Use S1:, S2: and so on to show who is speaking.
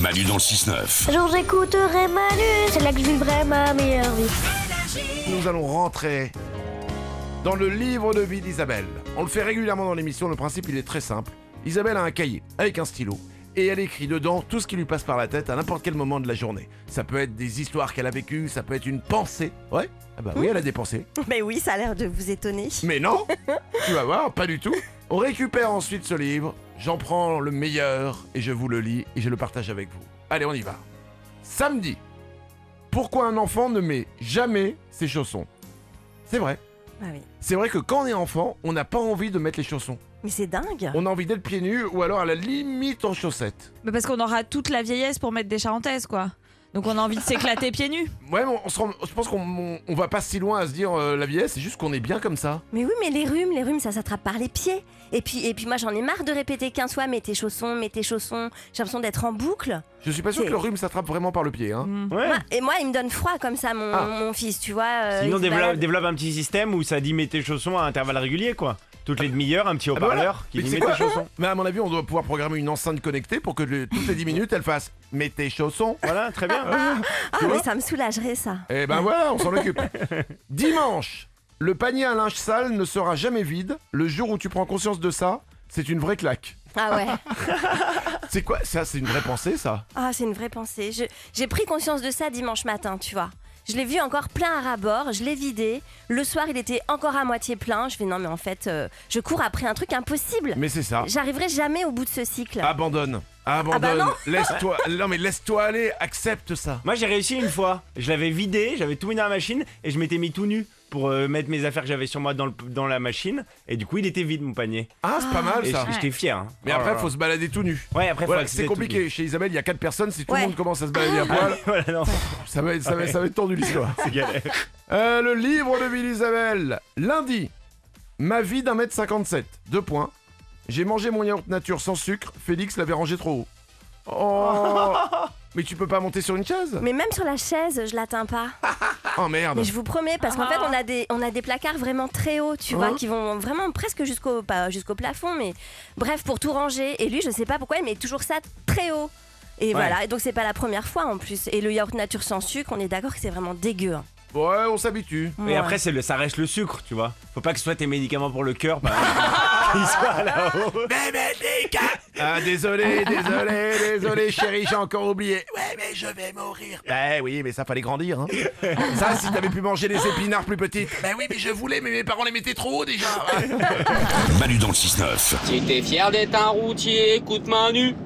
S1: Manu dans le 6-9.
S2: Jour j'écouterai Manu, c'est là que je vivrai ma meilleure vie.
S3: Nous allons rentrer dans le livre de vie d'Isabelle. On le fait régulièrement dans l'émission, le principe il est très simple. Isabelle a un cahier avec un stylo et elle écrit dedans tout ce qui lui passe par la tête à n'importe quel moment de la journée. Ça peut être des histoires qu'elle a vécues, ça peut être une pensée. Ouais Ah bah oui, elle a des pensées.
S4: Mais Ben oui, ça a l'air de vous étonner.
S3: Mais non Tu vas voir, pas du tout. On récupère ensuite ce livre, j'en prends le meilleur et je vous le lis et je le partage avec vous. Allez, on y va. Samedi. Pourquoi un enfant ne met jamais ses chaussons C'est vrai.
S4: Ah oui.
S3: C'est vrai que quand on est enfant, on n'a pas envie de mettre les chaussons.
S4: Mais c'est dingue.
S3: On a envie d'être pieds nus ou alors à la limite en chaussettes.
S5: Mais parce qu'on aura toute la vieillesse pour mettre des charentaises, quoi. Donc on a envie de s'éclater pieds nus.
S3: Ouais, mais on se rend- je pense qu'on on- on va pas si loin à se dire euh, la vieillesse, c'est juste qu'on est bien comme ça.
S4: Mais oui, mais les rhumes, les rhumes, ça s'attrape par les pieds. Et puis, et puis moi, j'en ai marre de répéter 15 fois mets tes chaussons, mets tes chaussons. J'ai l'impression d'être en boucle.
S3: Je suis pas sûr
S4: C'est-
S3: que le rhume s'attrape vraiment par le pied. Hein.
S6: Ouais.
S4: Moi- et moi, il me donne froid comme ça, mon,
S3: Ah.
S4: mon fils, tu vois. euh, il
S6: Sinon,
S4: se
S6: développe,
S4: balade.
S6: développe un petit système où ça dit mets tes chaussons à intervalles réguliers, quoi. Toutes les demi-heures, un petit
S3: bah voilà.
S6: haut-parleur qui
S3: Mais
S6: dit
S3: c'est
S6: mets
S3: quoi
S6: tes chaussons.
S3: Mais à mon avis, on doit pouvoir programmer une enceinte connectée pour que le- toutes les 10 minutes, elle fasse « mets tes chaussons
S6: Voilà, très bien.
S4: Ah,
S3: tu
S4: mais
S3: vois
S4: ça me soulagerait, ça. ».
S3: Et ben voilà, on s'en occupe. Dimanche, le panier à linge sale ne sera jamais vide. Le jour où tu prends conscience de ça, c'est une vraie claque.
S4: Ah ouais.
S3: C'est quoi ça C'est une vraie pensée, ça
S4: Ah, c'est une vraie pensée. Je- J'ai pris conscience de ça dimanche matin, tu vois. Je l'ai vu encore plein à ras-bord, je l'ai vidé. Le soir, il était encore à moitié plein. Je fais non, mais en fait, euh, je cours après un truc impossible.
S3: Mais c'est ça.
S6: Ah.
S4: J'arriverai jamais au bout de ce cycle.
S3: Abandonne.
S6: bah
S3: Abandonne.
S4: non.
S3: laisse-toi. Non mais laisse-toi aller. Accepte ça.
S6: Moi, j'ai réussi une fois. Je l'avais vidé, j'avais tout mis dans la machine et je m'étais mis tout nu pour euh, mettre mes affaires que j'avais sur moi dans, le- dans la machine. Et du coup, il était vide, mon panier.
S3: Ah, c'est pas mal
S6: Et
S3: ça.
S6: j- j'étais fier. hein.
S3: Mais
S6: Oh
S3: après,
S6: là
S3: faut se balader tout nu.
S6: là. Ouais, après, faut
S3: Voilà,
S6: accepter
S3: c'est
S6: tout nu.
S3: compliqué. Chez Isabelle, il y a quatre personnes. Si tout le
S4: Ouais.
S3: monde commence à se balader à
S6: Ah,
S3: poil,
S6: voilà, non,
S3: ça va être, ça va, ça va être tendu l'histoire.
S6: c'est galère.
S3: Euh, le livre de Ville Isabelle. Lundi, ma vie d'un mètre cinquante-sept. Deux points. J'ai mangé mon yaourt nature sans sucre. Félix l'avait rangé trop haut. Oh. Mais tu peux pas monter sur une chaise
S4: Mais même sur la chaise, je l'atteins pas.
S6: Ah bah.
S3: Oh merde
S4: Mais je vous promets, parce qu'en fait, on a, des, on a des placards vraiment très hauts, tu vois, qui vont vraiment presque jusqu'au pas jusqu'au plafond, mais bref, pour tout ranger. Et lui, je sais pas pourquoi, il met toujours ça très haut. Et voilà, et donc c'est pas la première fois en plus. Et le yaourt nature sans sucre, on est d'accord que c'est vraiment dégueu. hein.
S3: Ouais, on s'habitue.
S6: Et
S4: Ouais.
S6: après, c'est le, ça reste le sucre, tu vois. Faut pas que ce soit tes médicaments pour le cœur, bah, qu'ils soient là-haut.
S3: Ah désolé, désolé, désolé chérie, j'ai encore oublié. Ouais mais je vais mourir. Bah oui, mais ça fallait grandir. Hein. ça, si t'avais pu manger des épinards plus petites. Bah oui, mais je voulais, mais mes parents les mettaient trop haut déjà.
S1: Manu dans le 6-9.
S7: Si t'es fier d'être un routier, écoute Manu.